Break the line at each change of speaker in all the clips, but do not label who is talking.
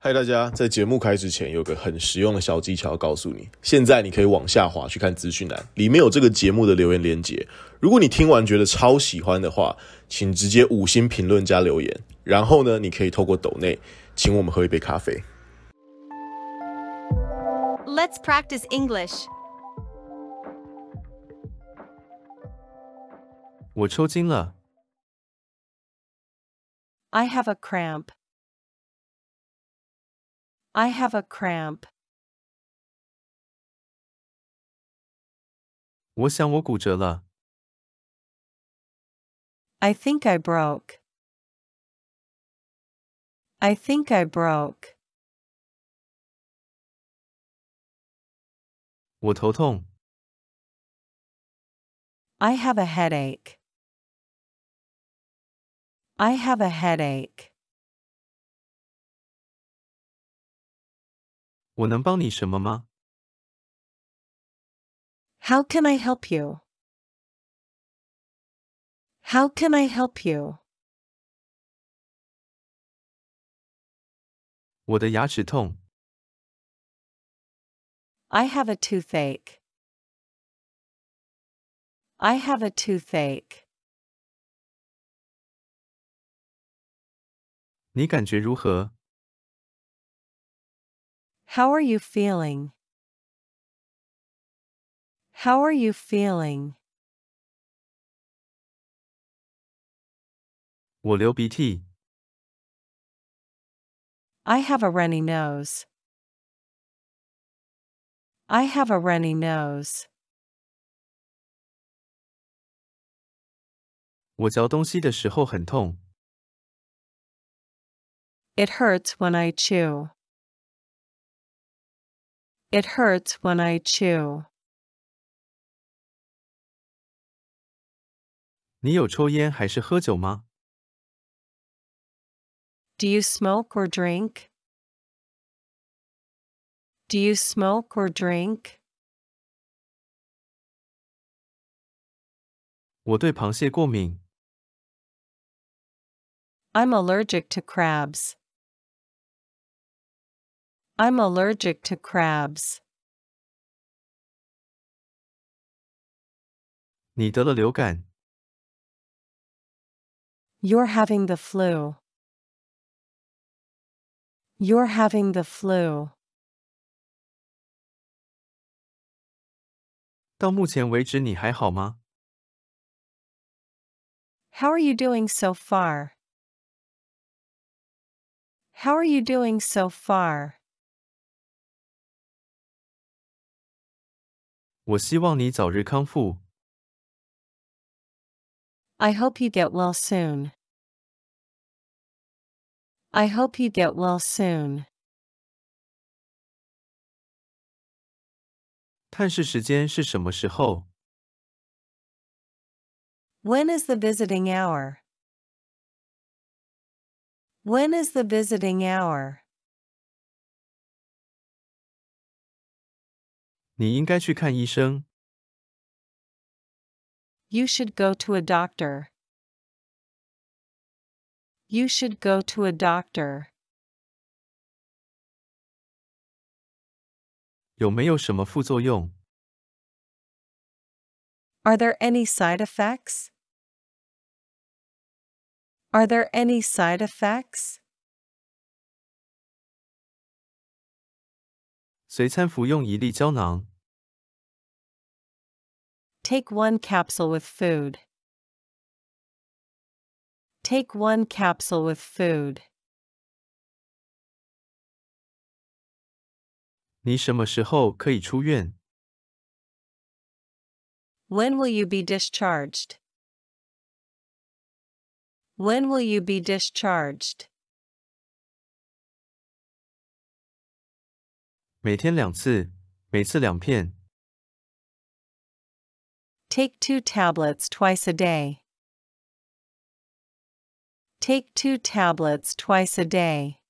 嗨，大家！在节目开之前，有个很实用的小技巧要告诉你。现在你可以往下滑去看资讯栏，里面有这个节目的留言连接。如果你听完觉得超喜欢的话，请直接五星评论加留言。然后呢，你可以透过抖内请我们喝一杯咖啡。
Let's practice English.
我抽筋了，
I have a cramp. I have a cramp.
我想我骨折了，
I think I broke. I think I broke.
我头痛，
I have a headache. I have a headache.
我能帮你什么吗？
How can I help you? How can I help you?
我的牙齿痛，
I have a toothache. I have a toothache.
你感觉如何？
How are you feeling? How are you feeling?
我流鼻涕，
I have a runny nose. I have a runny nose.
我嚼东西的时候很痛，
It hurts when I chew. It hurts when I chew.
你有抽烟还是喝酒吗？
Do you smoke or drink? Do you smoke or drink?
我对螃蟹过敏，
I'm allergic to crabs. I'm allergic to crabs.
你得了流感，
You're having the flu. You're having the flu.
到目前为止你还好吗？
How are you doing so far? How are you doing so far?
我希望你早日康复，
I hope you get well soon. I hope you get well soon.
探视时间是什么时候？
When is the visiting hour? When is the visiting hour?
你应该去看医生，
You should go to a doctor. You should go to a doctor.
有没有什么副作用？
Are there any side effects? Are there any side effects?
随餐服用一粒胶囊，
Take one capsule with food. Take one capsule with food.
你什么时候可以出院？
When will you be discharged? When will you be discharged?
每天两次，每次两片。
Take two tablets twice a day. Take two tablets twice a day.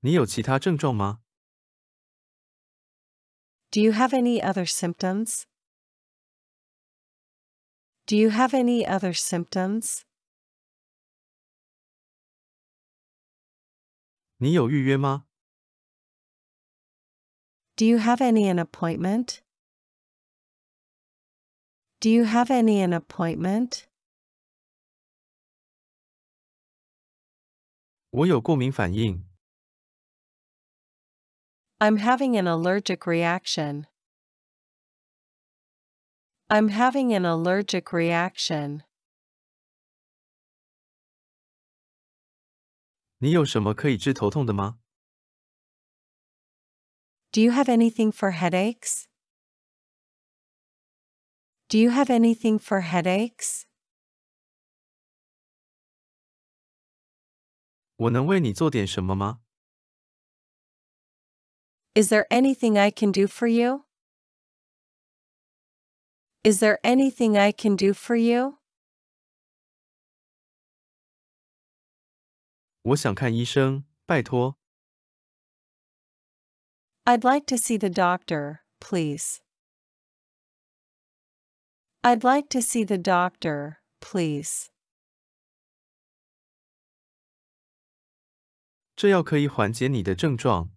你有其他症状吗？
Do you have any other symptoms? Do you have any other symptoms?
你有预约吗？
Do you have any an appointment? Do you have any an appointment?
我有过敏反应，
I'm having an allergic reaction. I'm having an allergic reaction.
你有什么可以治头痛的吗？
Do you have anything for headaches? Do you have anything for headaches?
我能为你做点什么吗？
Is there anything I can do for you? Is there anything I can do for you?
我想看医生，拜托。
I'd like to see the doctor, please. I'd like to see the doctor, please.
这药可以缓解你的症状，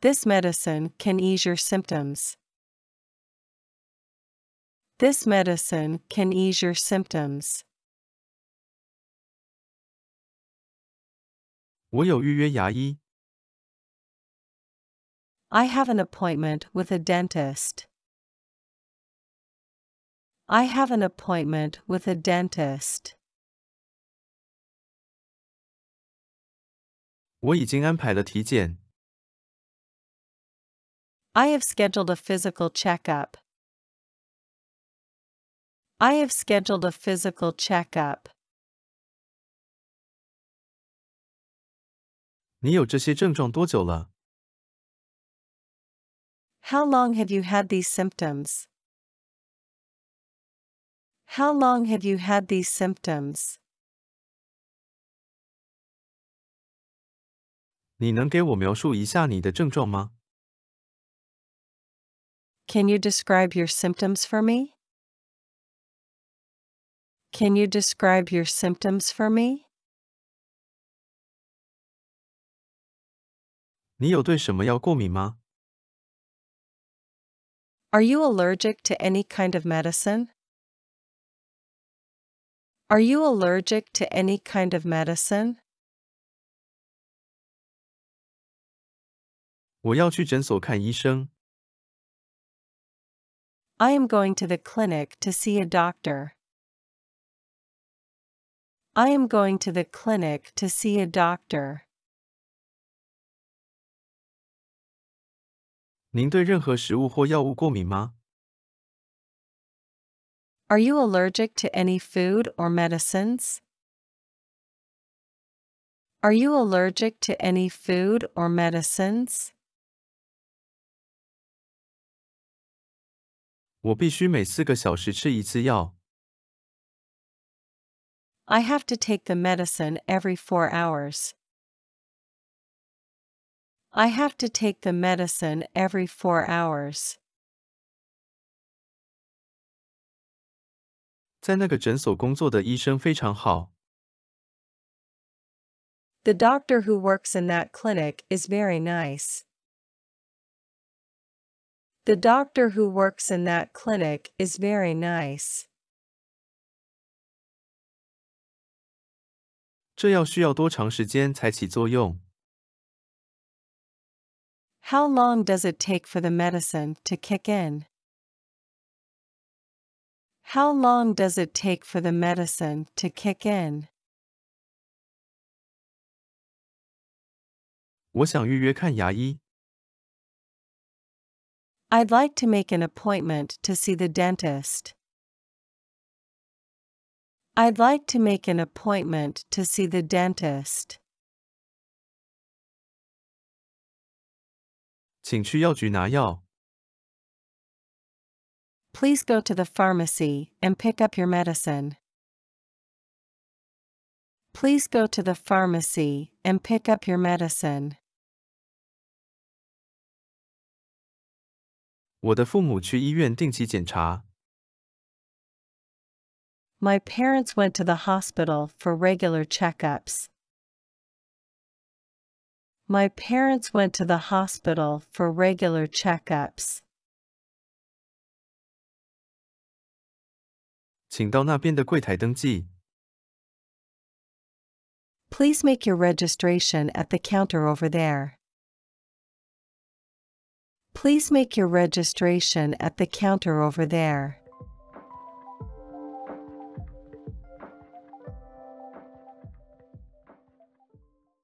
This medicine can ease your symptoms. This medicine can ease your symptoms.
我有预约牙医，
I have an appointment with a dentist. I have an appointment with a dentist.
我已经安排了体检，
I have scheduled a physical checkup. I have scheduled a physical checkup.
你有这些症状多久了？
How long have you had these symptoms? How long have you had these symptoms?
你能给我描述一下你的症状吗？
Can you describe your symptoms for me? Can you describe your symptoms for me?
你有对什么药过敏吗？
Are you allergic to any kind of medicine? Are you allergic to any kind of medicine?
我要去诊所看医生，
I am going to the clinic to see a doctor. I am going to the clinic to see a doctor.
您对任何食物或药物过敏吗？
Are you allergic to any food or medicines? Are you allergic to any food or medicines?
我必须每四个小时吃一次药，
I have to take the medicine every four hours. I have to take the medicine every four hours.
在那个诊所工作的医生非常好，
The doctor who works in that clinic is very nice. The doctor who works in that clinic is very nice.
这药需要多长时间才起作用？
How long does it take for the medicine to kick in? How long does it take for the medicine to kick in?
我想预约看牙医，
I'd like to make an appointment to see the dentist. I'd like to make an appointment to see the dentist.
请去药局拿药。
Please go to the pharmacy and pick up your medicine. Please go to the pharmacy and pick up your medicine.
我的父母去医院定期检查，
My parents went to the hospital for regular checkups. My parents went to the hospital for regular checkups.
请到那边的柜台登记。
Please make your registration at the counter over there. Please make your registration at the counter over there.